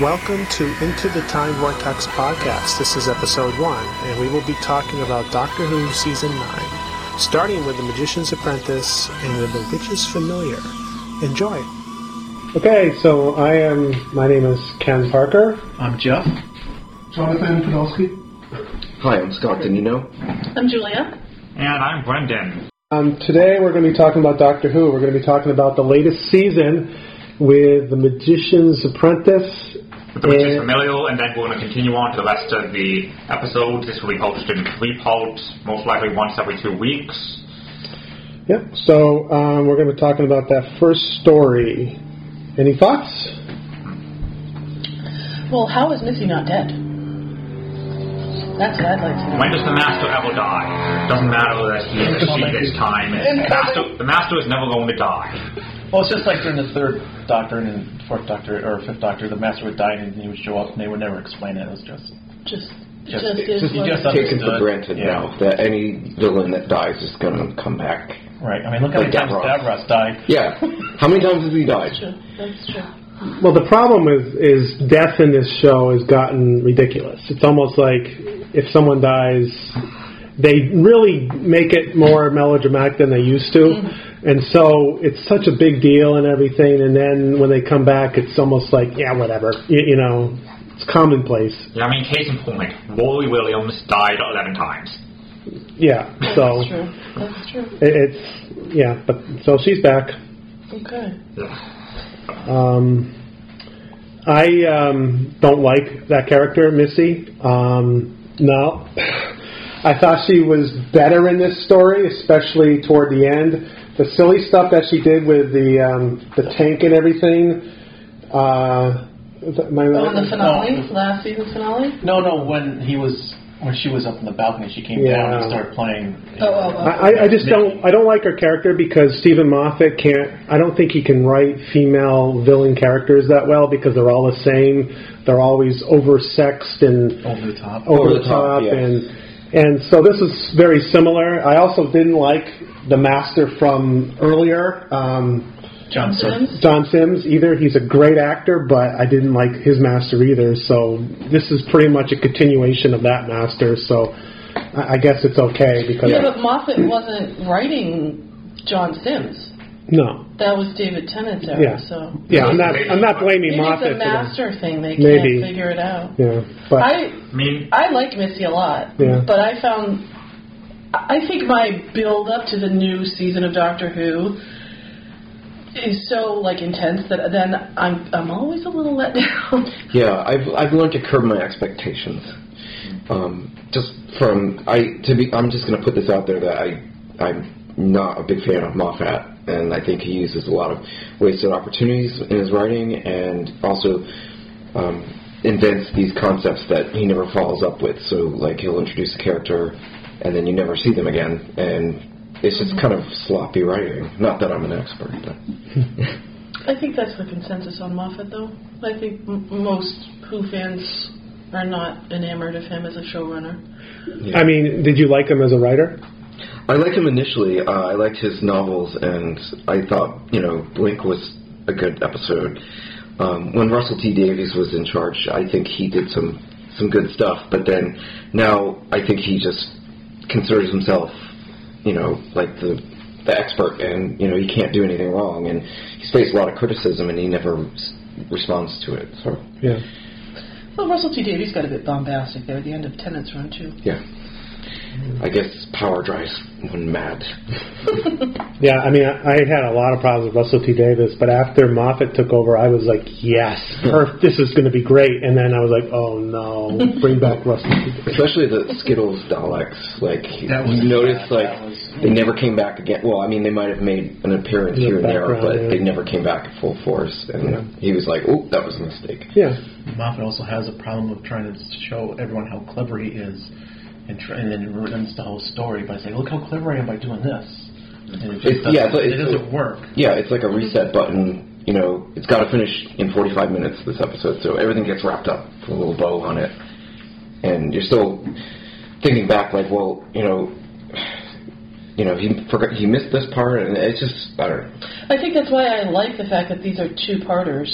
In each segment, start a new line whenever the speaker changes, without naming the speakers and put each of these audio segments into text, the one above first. Welcome to Into the Time Vortex podcast. This is episode one, and we will be talking about Doctor Who season nine, starting with The Magician's Apprentice and The Witch's Familiar. Enjoy. Okay, so I am. My name is Ken Parker.
I'm Jeff.
Jonathan Podolsky.
Hi, I'm Scott Danino.
I'm Julia.
And I'm Brendan.
Um, today we're going to be talking about Doctor Who. We're going to be talking about the latest season with The Magician's Apprentice.
The Witch is
and-
Familial, and then we're going to continue on to the rest of the episodes. This will be posted in three parts, most likely once every two weeks.
Yep. So um, we're going to be talking about that first story. Any thoughts?
Well, how is Missy not dead? That's what I'd like to know.
When does the Master ever die? Doesn't matter that he is a she this time. The master, the master is never going to die.
Well, it's just like during the third Doctor and the fourth Doctor or fifth Doctor, the Master would die and he would show up and they would never explain it. It was just
Just,
just, just,
just, is
you
what-
just
Taken
understood.
for granted
yeah.
now that any villain that dies is going to come back.
Right. I mean, look how many
Like
times Davros
Davros.
died.
Yeah. How many times has he died?
That's true. That's true.
Well, the problem is is death in this show has gotten ridiculous. It's almost like if someone dies, they really make it more melodramatic than they used to,
Mm-hmm.
and so it's such a big deal and everything. And then when they come back, it's almost like yeah, whatever. You, you know, it's commonplace.
Yeah, I mean, case in point, Rory Williams died 11 times.
Yeah. So
That's true. That's true.
it- it's yeah, but so she's back.
Okay.
Yeah.
Um, I um, don't like that character, Missy. Um, no. I thought she was better in this story, especially toward the end. The silly stuff that she did with the um, the tank and everything. Uh, is that my
Oh, and the finale,
No.
last season's finale.
No, no. When he was when she was up in the balcony, she came down
Yeah.
and started playing.
Oh, oh, oh.
I, I- I just don't. I don't like her character because Stephen Moffat can't. I don't think he can write female villain characters that well because they're all the same. They're always oversexed and
over the top.
over the top,
yes.
and and so this is very similar. I also didn't like the master from earlier, um,
John Sim.
Sims?
John Sims either. He's a great actor, but I didn't like his master either. So this is pretty much a continuation of that master. So I, I guess it's okay because
Yeah, but Moffat wasn't writing John Sims.
no,
That was David Tennant's era.
Yeah.
So
yeah, I'm not I'm not blaming
maybe
Moffat
it's
for
a
that.
master thing. They
Maybe.
can't figure it out.
Yeah, but
I
I mean,
I like Missy a lot,
Yeah.
but I found I think my build up to the new season of Doctor Who is so like intense that then I'm I'm always a little let down.
Yeah, I've I've learned to curb my expectations. Um, just from I to be, I'm just going to put this out there that I I'm not a big fan of Moffat, and I think he uses a lot of wasted opportunities in his writing, and also um, invents these concepts that he never follows up with. So like he'll introduce a character, and then you never see them again, and it's just kind of sloppy writing. Not that I'm an expert, but
I think that's the consensus on Moffat, though. I think m- most Who fans are not enamored of him as a showrunner.
I mean, did you like him as a writer?
I liked him initially. Uh, I liked his novels, and I thought, you know, Blink was a good episode. Um, when Russell T Davies was in charge, I think he did some some good stuff. But then now, I think he just considers himself, you know, like the the expert, and you know, he can't do anything wrong, and he's faced a lot of criticism, and he never s- responds to it. So,
Yeah.
Well, Russell T Davies got a bit bombastic there at the end of Tennant's run too.
yeah, I guess power drives one mad.
Yeah, I mean, I I had had a lot of problems with Russell T Davis, but after Moffat took over, I was like, yes, her, this is going to be great. And then I was like, oh no, bring back Russell T Davis.
Especially the Skittles Daleks. Like
That was-
you notice,
that
like
was-
they never came back again. Well, I mean, they might have made an appearance
In the
here and there,
background,
but
yeah.
they never came back at full force. And
Yeah.
he was like, "Oh, that was a mistake."
Yeah,
Moffat also has a problem of trying to show everyone how clever he is, and, tr- and then ruins the whole story by saying, "Look how clever I am by doing this." And it just
It's-
doesn't,
yeah, but
it
it's-
doesn't work.
Yeah, it's like a reset button. You know, it's got to finish in 45 minutes this episode, so everything gets wrapped up with a little bow on it, and you're still thinking back, like, well, you know, you know, he forgot he missed this part, and it's just I don't know.
I think that's why I like the fact that these are two parters.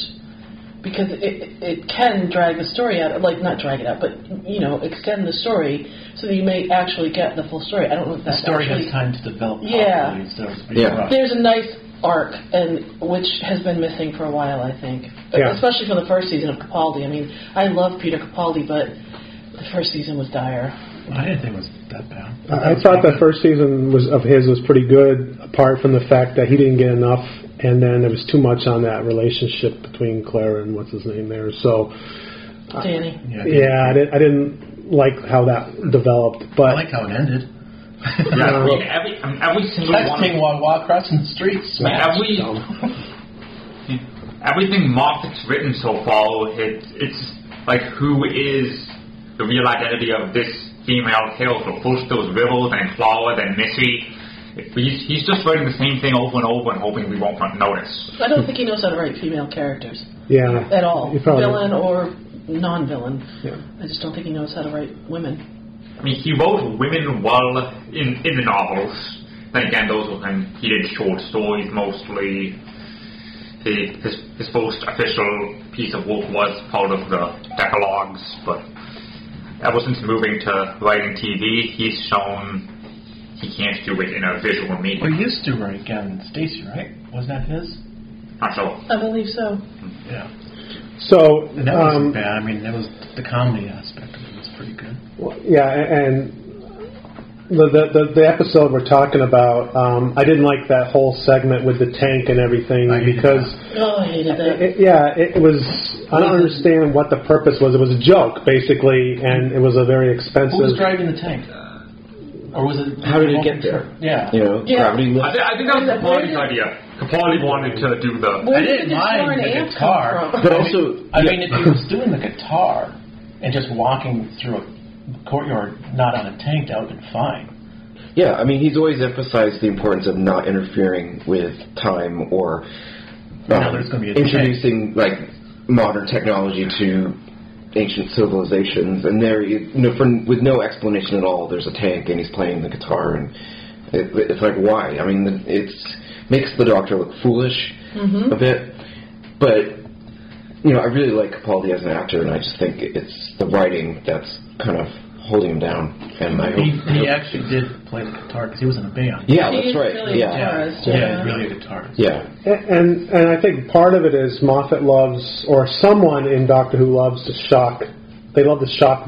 because it it can drag the story out, like not drag it out, but you know extend the story so that you may actually get the full story. I don't know if
The
that's
story
actually,
has time to develop properly
Yeah.
instead of being
Yeah.
rushed.
There's a nice arc, and which has been missing for a while, I think,
Yeah.
especially from the first season of Capaldi. I mean, I love Peter Capaldi, but the first season was dire.
I didn't think it was that bad.
I I thought the first season was of his was pretty good, apart from the fact that he didn't get enough, and then there was too much on that relationship between Claire and what's his name there. So
Danny.
Uh, Yeah,
yeah, I didn't, I didn't like how that developed,
I
but
like how it ended.
Yeah,
No.
look, every, I mean, every single one.
Texting while while crossing the streets.
Like, every, everything Moffat's written so far, it, it's like who is the real identity of this female tale for first those Ribbles and Clara and Missy. He's, he's just writing the same thing over and over and hoping we won't notice.
I don't think he knows how to write female characters
Uh,
yeah,
at all,
He probably-
villain or non-villain.
Yeah.
I just don't think he knows how to write women.
I mean, he wrote women well in, in the novels. Then again, those were when he did short stories mostly. He, his, his first official piece of work was part of the Decalogues, but ever since moving to writing TV, he's shown he can't do it in a visual
We
medium.
used to write Gavin Stacy, right? Wasn't that his?
Not sure.
I believe so.
Yeah.
so
And that
um,
wasn't bad. I mean, that was the comedy aspect of it was pretty good.
Well, Yeah, a- and the, the the the episode we're talking about, um, I didn't like that whole segment with the tank and everything
I hated
because
Oh, I hated that.
it, yeah, it was. I don't understand what the purpose was. It was a joke basically, and it was a very
Who was
expensive.
driving the tank? Or was it?
How did it get there?
Yeah.
You know,
Yeah.
gravity
I,
lift.
th- I think that was Capaldi's idea. Capaldi wanted to do the.
I
Where
didn't
did the guitar
mind the
and amp
guitar,
come from?
But also,
I mean, if he was doing the guitar and just walking through a courtyard, not on a tank, that would have been fine.
yeah, I mean, he's always emphasized the importance of not interfering with time or um,
Now there's gonna be a change.
introducing like modern technology to ancient civilizations. And there, you you know, for, with no explanation at all, there's a tank and he's playing the guitar, and it, it's like, why? I mean, the- it's makes the Doctor look foolish a bit, but you know, I really like Capaldi as an actor, and I just think it's the writing that's kind of holding him down. And I
He,
hope,
he actually did play the guitar because he was in a band.
yeah,
He
that's
is
right.
really a
yeah,
guitarist,
yeah,
yeah.
he's really a guitarist.
yeah,
And and I think part of it is Moffat loves, or someone in Doctor Who loves the shock. They love the shock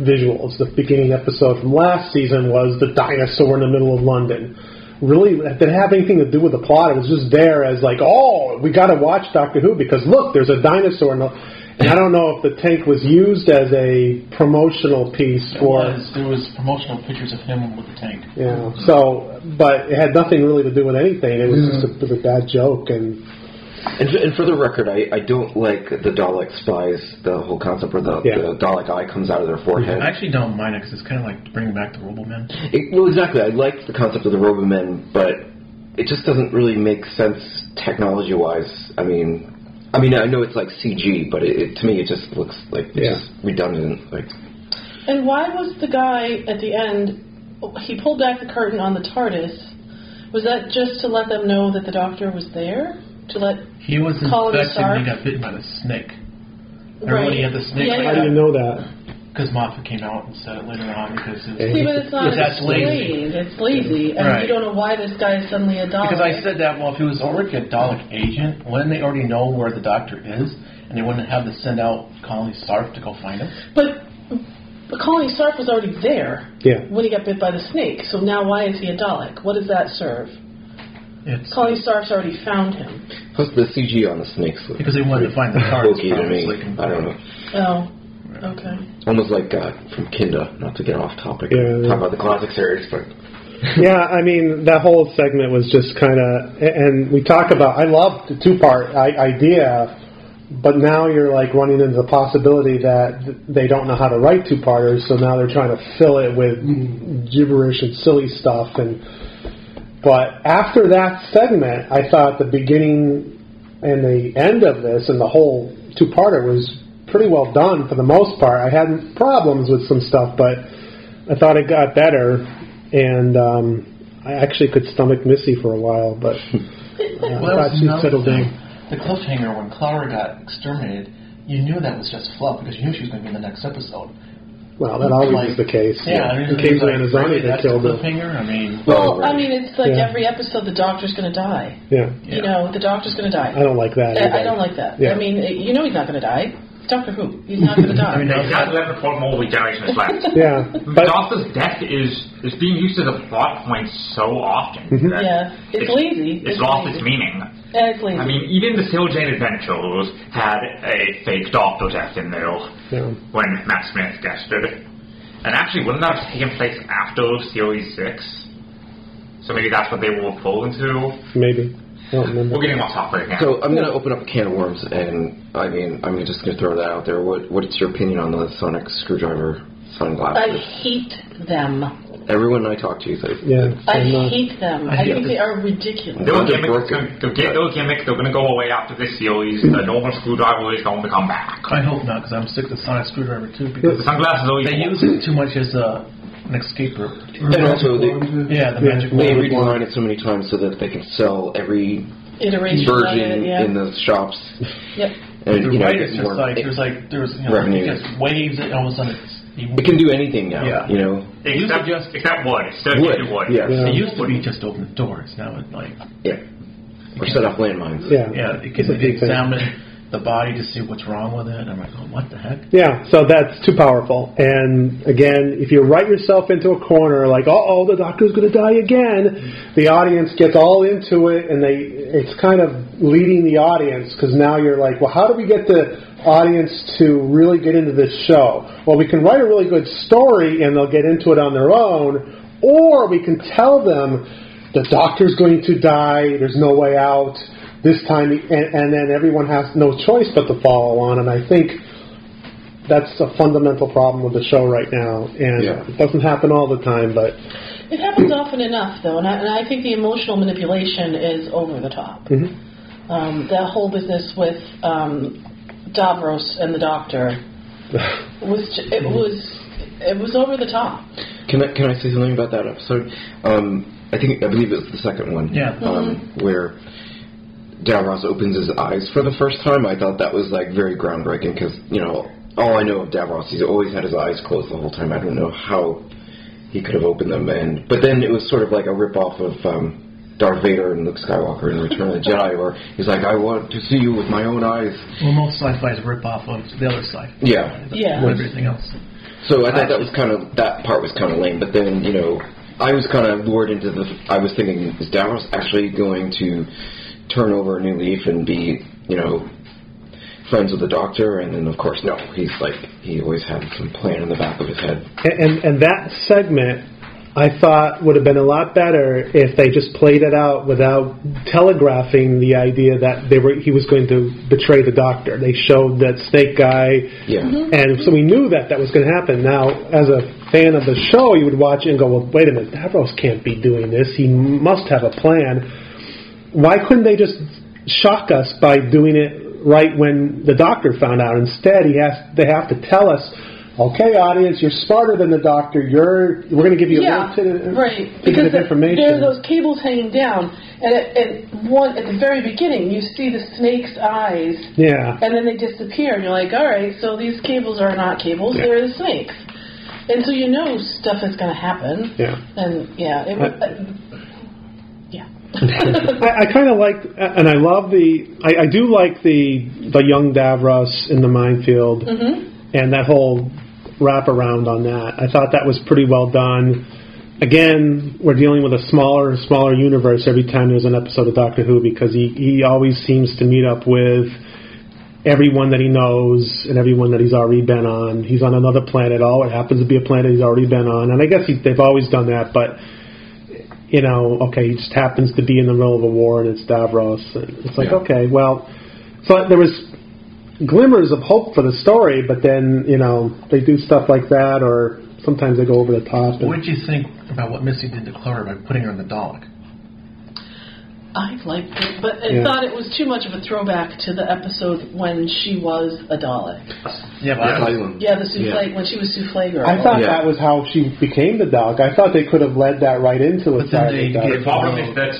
visuals. The beginning episode from last season was the dinosaur in the middle of London. Really, that didn't have anything to do with the plot. It was just there as like, oh, we got to watch Doctor Who because look, there's a dinosaur. In the, and I don't know if the tank was used as a promotional piece
It
for.
was, there was promotional pictures of him with the tank.
Yeah. So, but it had nothing really to do with anything. It was
Mm-hmm.
just a, it was a bad joke, and
And, f- and for the record, I, I don't like the Dalek spies, the whole concept where the,
Yeah.
the Dalek eye comes out of their forehead.
I actually don't mind it because it's kind of like bringing back the Roboman.
It, well, exactly. I liked the concept of the Robomen, but it just doesn't really make sense technology-wise. I mean, I mean, I know it's like CG, but it, it to me it just looks like it's
Yeah.
just redundant. Like,
And why was the guy at the end? He pulled back the curtain on the TARDIS. Was that just to let them know that the doctor was there? To let
He was
Colin
infected and he
Stark.
got bitten by the snake. Everybody
right.
had the snake
Yeah,
like
yeah.
I didn't know that.
Because Moffat came out and said it later on because it was.
See, but it's not.
Because that's
It's lazy.
lazy.
It's lazy, and
Right.
you don't know why this guy is suddenly a doctor.
Because I said that, well, if he was already a Dalek agent, wouldn't they already know where the doctor is? And they wouldn't have to send out Colony Sarf to go find him?
but but Colony Stark was already there
Yeah.
when he got bit by the snake. So now why is he a Dalek? What does that serve?
It's
Colony Stark's already found him.
plus the CG on the snakes looks
because they wanted to find the cards.
hokey to
probably,
me.
so they can-
I don't know.
Oh, okay.
Almost like uh, from Kinda, not to get off topic.
Yeah, yeah.
Talk about the classic series, but
yeah, I mean that whole segment was just kind of, and we talk about. I love the two-part I, idea, but now you're like running into the possibility that th- they don't know how to write two-parters, so now they're trying to fill it with gibberish and silly stuff. And but after that segment, I thought the beginning and the end of this and the whole two-parter was pretty well done for the most part. I had problems with some stuff, but I thought it got better, and um, I actually could stomach Missy for a while, but uh,
Well, that
I thought
was
she
another
settled
thing.
down.
The cliffhanger when Clara got exterminated, you knew that was just fluff because you knew she was going to be in the next episode.
Well, that always
Like-
is the case.
Yeah, I mean,
in King's
like,
Lanazani, they
that's
killed
the
him.
finger. I mean,
Well,
right.
I mean, it's like
Yeah.
every episode the doctor's going to die.
Yeah,
You know, the doctor's going to die.
I don't like that.
I- I
either.
don't like that.
Yeah.
I mean, it- you know he's not going to die. Doctor Who. He's not going to die.
I mean,
There's not 11 for more regenerations left.
Yeah, but
Doctor's death is is being used as a plot point so often.
Mm-hmm.
that
Yeah, it's lazy.
It's,
It's
lost
lazy.
its meaning.
Yeah, it's lazy.
I mean, even the Silver Jane Adventures had a fake Doctor death in there
Yeah.
when Matt Smith guested. And actually, wouldn't that have taken place after Series 6? So maybe that's what they were pulling to.
maybe I don't remember.
We're getting off topic now.
So I'm going to open up a can of worms, and I mean, I'm just going to throw that out there. What What's your opinion on the sonic screwdriver
I
sunglasses?
hate them.
Everyone I talk to says,
Yeah,
I
I'm not-
hate them. I think they are ridiculous.
They were
Those are
gimmick,
broken.
they'll get those gimmicks, they're gonna go away after this series. The normal screwdriver is going to come back.
I hope not because I'm sick of Sonic Screwdriver too
The
because
sunglasses always
they use it too much as a, an escape route.
and also they
Yeah, the
Yeah.
magic
they
wand.
redesign it so many times so that they can sell every
Iteration of
version
it, yeah.
in the shops.
yep.
And
The
Uh, you know,
writers
get
just
more-
like
it,
there's like there's you know
Revenue.
just waves it all of a sudden it's, you,
it can do anything now.
Yeah.
You know,
except
Use it just-
except wood. It's still
Wood,
wood.
yeah.
Yeah.
it used to be just open doors now it like
yeah, or set off landmines.
Yeah,
yeah it
It's
can
a big thing.
examine the body to see what's wrong with it and I'm like oh what the heck
Yeah, so that's too powerful. And again, if you write yourself into a corner, like, uh oh, the doctor's going to die again, the audience gets all into it, and they it's kind of leading the audience because now you're like, well, how do we get the audience to really get into this show? Well, we can write a really good story, and they'll get into it on their own, or we can tell them the doctor's going to die. There's no way out. This time, and, and then everyone has no choice but to follow on. And I think that's a fundamental problem with the show right now. And
Yeah.
it doesn't happen all the time, but
It happens often enough, though, and I, and I think the emotional manipulation is over the top.
Mm-hmm.
Um, that whole business with um, Davros and the Doctor was ju- it was it was over the top.
Can I can I say something about that episode? Um, I think I believe it was the second one.
Yeah.
Um, where Davros opens his eyes for the first time. I thought that was like very groundbreaking because you know all I know of Davros, he's always had his eyes closed the whole time. I don't know how he could have opened them. And but then it was sort of like a rip off of. Um, Darth Vader and Luke Skywalker in Return of the Jedi, where he's like, "I want to see you with my own eyes."
well most sci-fi is a rip off of the other side
Yeah,
Yeah.
With everything else
So I thought that was kind of that part was kind of lame. But then you know, I was kind of lured into the. I was thinking, is Davros actually going to turn over a new leaf and be you know friends with the Doctor? And then of course, no. He's like he always had some plan in the back of his head.
and and that segment. I thought would have been a lot better if they just played it out without telegraphing the idea that they were he was going to betray the doctor. They showed that snake guy
Yeah.
And so we knew that that was going to happen. Now, as a fan of the show, you would watch it and go, well, wait a minute, Davros can't be doing this. He must have a plan. Why couldn't they just shock us by doing it right when the doctor found out? Instead, he has, they have to tell us, okay, audience, you're smarter than the doctor. You're, we're going to give you
Yeah,
a little
right.
tidbit
Because
of information.
there are those cables hanging down, and at, at one at the very beginning, you see the snake's eyes,
yeah.
and then they disappear, and you're like, all right, so these cables are not cables; they're the snakes. And so you know stuff is going to happen.
Yeah.
And yeah, it was. Uh, yeah.
I, I kind of like, and I love the, I, I do like the the young Davros in the minefield,
Mm-hmm.
and that whole wraparound on that. I thought that was pretty well done. Again, we're dealing with a smaller and smaller universe every time there's an episode of Doctor Who because he, he always seems to meet up with everyone that he knows and everyone that he's already been on. He's on another planet. Oh, it happens to be a planet he's already been on. And I guess he, they've always done that, but you know, okay, he just happens to be in the middle of a war and it's Davros. And it's like,
Yeah.
okay, well, so there was glimmers of hope for the story, but then you know they do stuff like that, or sometimes they go over the top.
what
And,
did you think about what Missy did to Clara by putting her in the Dalek
I liked it, but
Yeah.
I thought it was too much of a throwback to the episode when she was a Dalek.
yeah but I was,
Yeah, the souffle when she was souffle girl.
I thought
Yeah.
that was how she became the dog. I thought they could have led that right into a
But then
Silent
they
Dog.
get-
The problem
Oh.
is that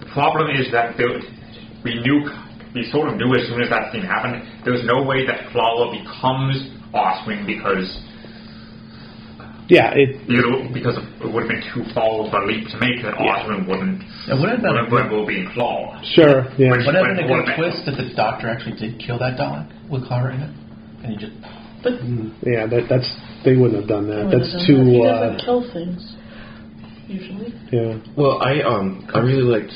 the problem is that the, we knew we sort of knew as soon as that scene happened, there was no way that Flower becomes Oswin because
Yeah, it
you know, because it would have been too far of a leap to make that Oswin wouldn't
And wouldn't that
wouldn't, wouldn't will be in Flower.
sure. Yeah,
Which-
But
But
isn't it a good
what about-
twist that the doctor actually did kill that Dalek with Clara in it? And you just
But
yeah. That, that's they wouldn't have done that. That's
He
too.
doesn't
Uh,
kill things usually.
yeah.
Well, I um I really liked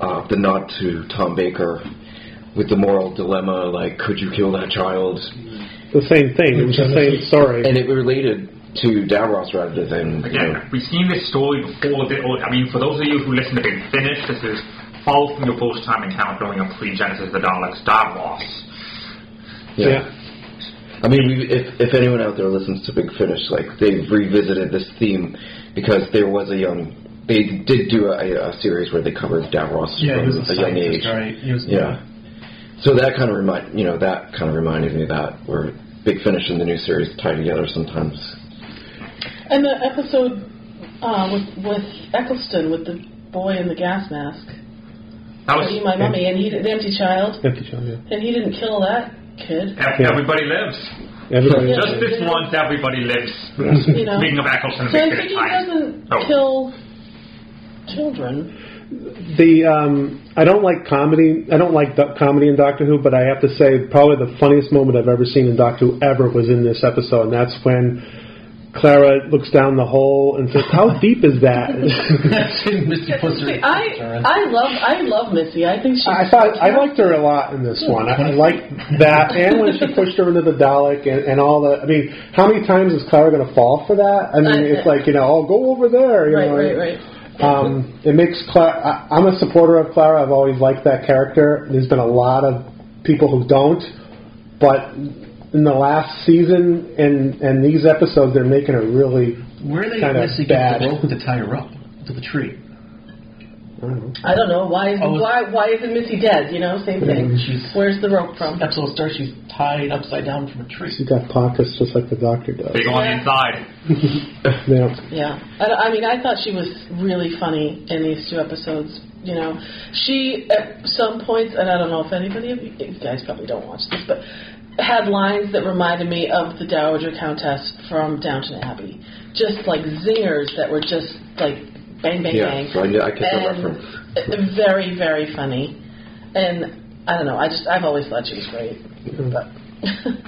uh, the nod to Tom Baker with the moral dilemma, like could you kill that child?
The same thing. It was the same story.
And it related to Davros rather than you know,
Again, we've seen this story before. that- or- I mean, for those of you who listen to Big Finish, this is far from your first time encountering a pre-Genesis the Dalek Star Wars.
Yeah.
I mean, we, if, if anyone out there listens to Big Finish, like they've revisited this theme because there was a young. They did do a, a series where they covered Davros
yeah, he
from
was a
a young age.
scientist, right? He was
Yeah. So that kind of remind you know that kind of reminded me of that where Big Finish and the new series tie together sometimes.
And the episode uh, with with Eccleston with the boy in the gas mask,
That was
Eat my mummy, and he the empty child,
Empty shell, yeah.
and he didn't kill that kid.
Ev-
Yeah.
Everybody Lives.
Everybody.
Yeah.
Just this once, Everybody Lives.
You know.
Speaking of Eccleston,
So I
Big
think
Finish
he
time.
doesn't
Oh.
kill children.
The um, I don't like comedy. I don't like do- comedy in Doctor Who, but I have to say probably the funniest moment I've ever seen in Doctor Who ever was in this episode, and that's when Clara looks down the hole and says, "How deep is that?"
Misty Pusser.
I I love I love Missy. I think she's.
I thought I liked her a lot in this one. I, I liked that, and when she pushed her into the Dalek and, and all the. I mean, how many times is Clara going to fall for that? I mean, it's like you know, oh, go over there. You
right,
know,
right, right.
Um, it makes Clara. I, I'm a supporter of Clara. I've always liked that character. There's been a lot of people who don't, but in the last season and and these episodes, they're making her really.
Where they
kinda
Misty get
bad.
the rope to tie her up to the tree?
I don't know why is
Oh.
why why isn't Missy dead? You know, same thing.
She's
Where's the rope from?
episode starts. She's tied upside down from a tree.
She's got pockets just like the Doctor does.
They go on the inside.
Yeah.
Yeah, I, I mean, I thought she was really funny in these two episodes. You know, she at some points, and I don't know if anybody of you, you guys probably don't watch this, but had lines that reminded me of the Dowager Countess from Downton Abbey, just like zingers that were just like bang, bang,
Yeah,
bang.
so I knew- I get the
And
reference.
uh, Very, very funny, and I don't know. I just I've always thought she was great,
Mm-hmm.
but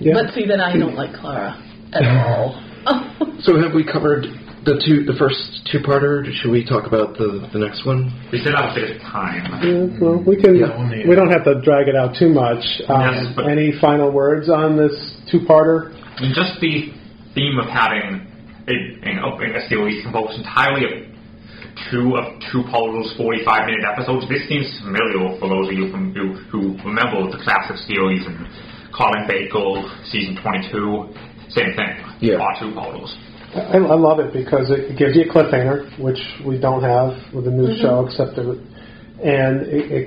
Yeah.
but see, then I don't like Clara at all.
So have we covered the two the first two parter? Should we talk about the the next one?
We still have a bit of time.
Yeah, well, we can.
Yeah,
we'll need-
we don't have to drag it out too much. Um,
Yes, but-
any final words on this two-parter?
And just the theme of having a, an opening a series composed entirely of two of two puzzles, 45 minute episodes. This seems familiar for those of you from, who, who remember the classic series and Colin Baker, season 22, same thing.
Yeah.
Are two puzzles.
I, I love it because it gives you a cliffhanger, which we don't have with the new
Mm-hmm.
show, except the, and it, it,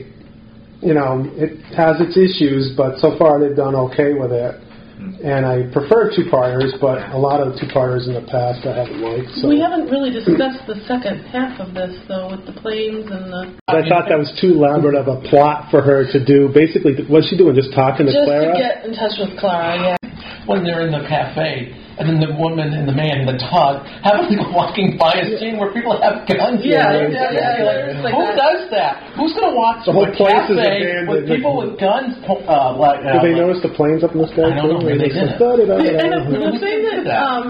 you know, it has its issues, but so far they've done okay with it.
Mm-hmm.
And I prefer two-parters, but a lot of two-parters in the past I haven't liked. So
We haven't really discussed the second half of this, though, with the planes and the.
I thought that was too elaborate of a plot for her to do. Basically, what's she doing? Just talking to
Just
Clara?
to get in touch with Clara, yeah.
When they're in the cafe, and then the woman and the man and the dog happen to go walking by a scene where people have guns.
Yeah,
and they're
yeah, yeah, yeah, it's like
Who
that.
does that? Who's going to watch
The whole
a
place is
cafe
abandoned.
with people with guns? po- Uh, like, uh,
Did they
like-
notice the planes up in the sky?
I don't
too?
know, maybe they
It's like,
didn't.
And
da-da-da-da-da.
the thing that um,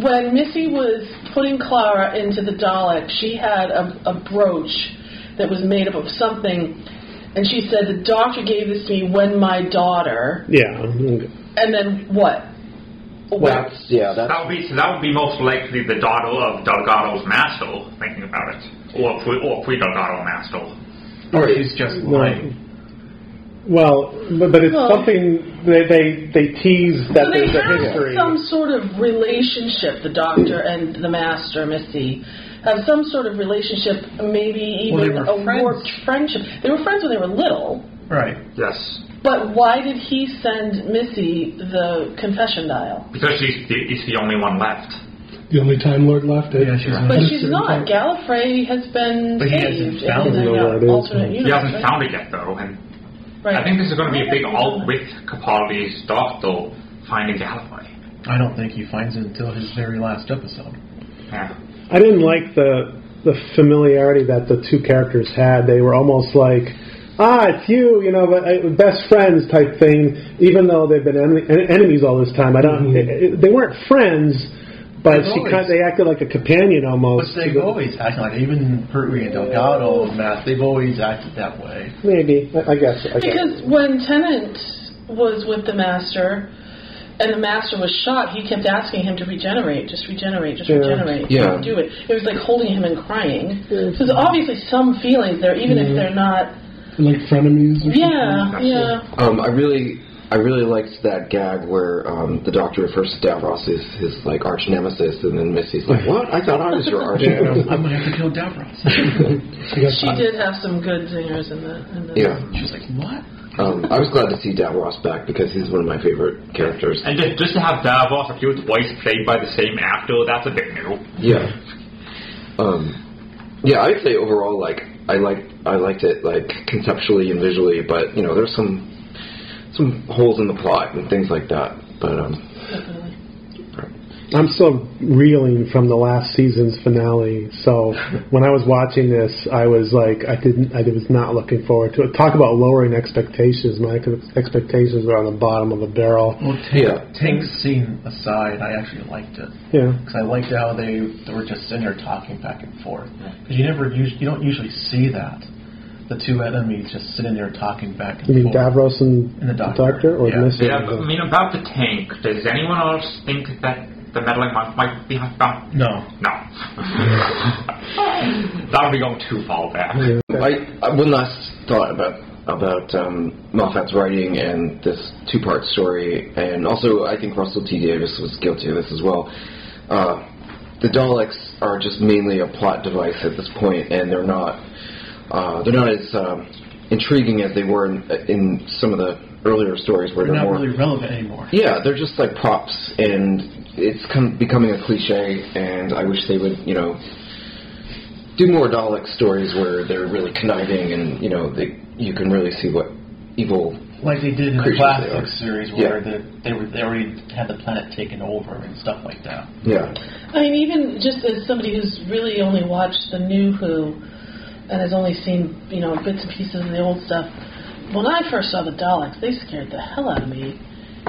when Missy was putting Clara into the Dalek, she had a, a brooch that was made up of something, and she said the doctor gave this to me when my daughter,
Yeah.
and then what?
Well, that's, yeah,
That
that's
would be so that would be most likely the daughter of Delgado's master, thinking about it, or pre, or pre Delgado master.
Or she's just lying.
Well, but, but it's
Well-
something they they, they tease that
So they
there's a
have
history.
some sort of relationship. The doctor and the master, Missy, have some sort of relationship. Maybe
Well, they
even
were
a
friends.
warped friendship. They were friends when they were little.
Right.
Yes,
But why did he send Missy the confession dial?
because she's the, is the only one left.
the only Time Lord left.
Yeah, she's
But
Just
she's not. Gallifrey has been
But he hasn't
saved
found
in
her
the
where it
uh,
is.
alternate
He
universe.
hasn't
right?
found it yet, though, and
Right.
I think this is going to be a
Why
big
hasn't he
alt
done
with Capaldi's stuff, though, finding Gallifrey.
I don't think he finds it until his very last episode.
Yeah.
I didn't like the the familiarity that the two characters had. They were almost like, ah, it's you, you know, but uh, best friends type thing. Even though they've been en- en- enemies all this time, I don't. it- it- they weren't friends, but
They've
she
always-
kind they acted like a companion
But
almost.
they've always acted like even Pertwee and Delgado and Matt, they've always acted that way.
Maybe I, I guess. I guess.
Because when Tennant was with the Master, and the Master was shot, he kept asking him to regenerate, just regenerate, just
Yeah.
regenerate,
Yeah.
do it. It was like holding him and crying. So there's obviously some feelings there, even if they're not.
Like frenemies or
Yeah, yeah.
Um, I really, I really liked that gag where um, the Doctor refers to Davros as his like arch nemesis, and then Missy's like, "What? I thought I was your arch nemesis."
I'm gonna have to kill Davros.
She did have some good zingers in the. In the
Yeah,
She's like, what?
um, I was glad to see Davros back because he's one of my favorite characters.
And just, just to have Davos appear twice played by the same actor, that's a bit new.
Yeah. Um, yeah, I'd say overall, like I liked, I liked it like conceptually and visually, but you know, there's some some holes in the plot and things like that. But um,
I'm still reeling from the last season's finale. So when I was watching this, I was like, I didn't, I was not looking forward to it. Talk about lowering expectations. My ex- expectations were on the bottom of the barrel.
Well, Tank,
yeah,
Tank's scene aside, I actually liked it.
Yeah,
Because I liked how they, they were just sitting there talking back and forth. Because you never, us- you don't usually see that. The two enemies just sitting there talking back and
you mean
forth.
Davros and
And the
the Doctor,
Doctor.
or
Yeah.
Mister?
Yeah, but, I mean, about the tank, does anyone else think that the meddling might, might be... Uh,
No,
no. that would be going too far back.
I, I one last thought about about um, Moffat's writing and this two part story, and also I think Russell T Davis was guilty of this as well. Uh, the Daleks are just mainly a plot device at this point, and they're not uh, they're not as um, intriguing as they were in, in some of the earlier stories where
they're
they're,
not
more
really relevant anymore.
yeah, they're just like props, and it's com- becoming a cliche. And I wish they would, you know, do more Dalek stories where they're really conniving, and you know, they, you can really see what evil.
Like they did in the
Creatures they
classic
are.
series where the, they were they already had the planet taken over and stuff like that.
Yeah,
I mean, even just as somebody who's really only watched the new Who and has only seen, you know, bits and pieces of the old stuff, when I first saw the Daleks, they scared the hell out of me,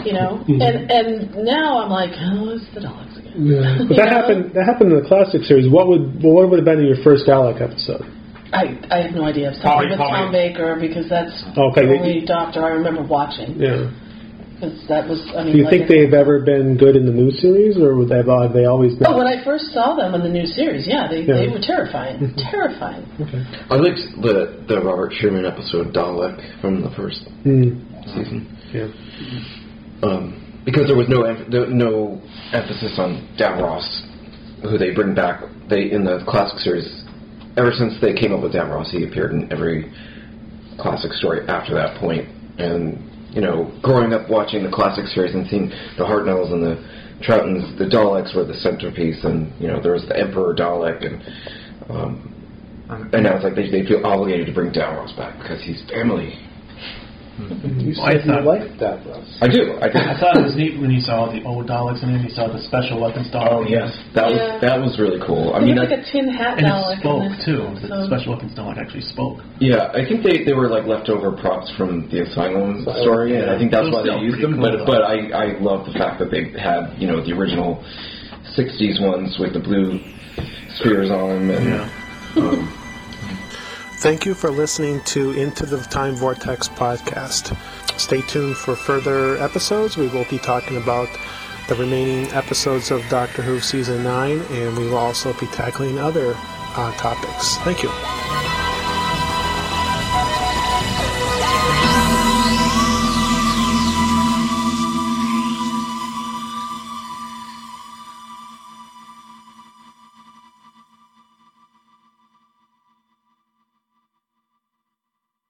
you know?
Mm-hmm.
And and now I'm like, oh, it's the Daleks again.
Yeah.
But that happened. That happened in the classic series. What would well, what would have been in your first Dalek episode?
I, I have no idea. I'm
Probably-
talking with Tom
probably-
Baker because that's
Okay,
the
they-
only doctor I remember watching.
Yeah.
Because that was, I mean,
Do you
like
think
I-
they've ever been good in the new series, or would they have, have they always been?
Oh, when I first saw them in the new series, yeah, they, they
Yeah. Mm-hmm.
were terrifying. terrifying.
I liked the the Robert Sherman episode Dalek from the first
Hmm,
season
yeah.
um, because there was no em- there, no emphasis on Davros, who they bring back. They in the classic series. Ever since they came up with Davros, he appeared in every classic story after that point. And, you know, growing up watching the classic series and seeing the Hartnells and the Troutons, the Daleks were the centerpiece, and, you know, there was the Emperor Dalek, and, um, and now it's like they, they feel obligated to bring Davros back because he's family.
You
Well, I
said you
thought-
liked Davros.
I do. I do.
I thought it was neat when you saw the old Daleks and then you saw the special weapons Daleks.
Oh, yes. That
Yeah.
was, that was really cool. I
They
mean,
look
I-
like a tin hat
And
Dalek.
it spoke
and
too.
it's-
The special weapons Dalek actually spoke.
Yeah, I think they, they were like leftover props from the Asylum story, and I think that's
Those
why they
sound
used
pretty
them.
cool,
but but I, I love the fact that they had you know the original '60s ones with the blue spheres on them. And, um,
Thank you for listening to Into the Time Vortex podcast. Stay tuned for further episodes. We will be talking about the remaining episodes of Doctor Who Season 9, and we will also be tackling other uh, topics. Thank you.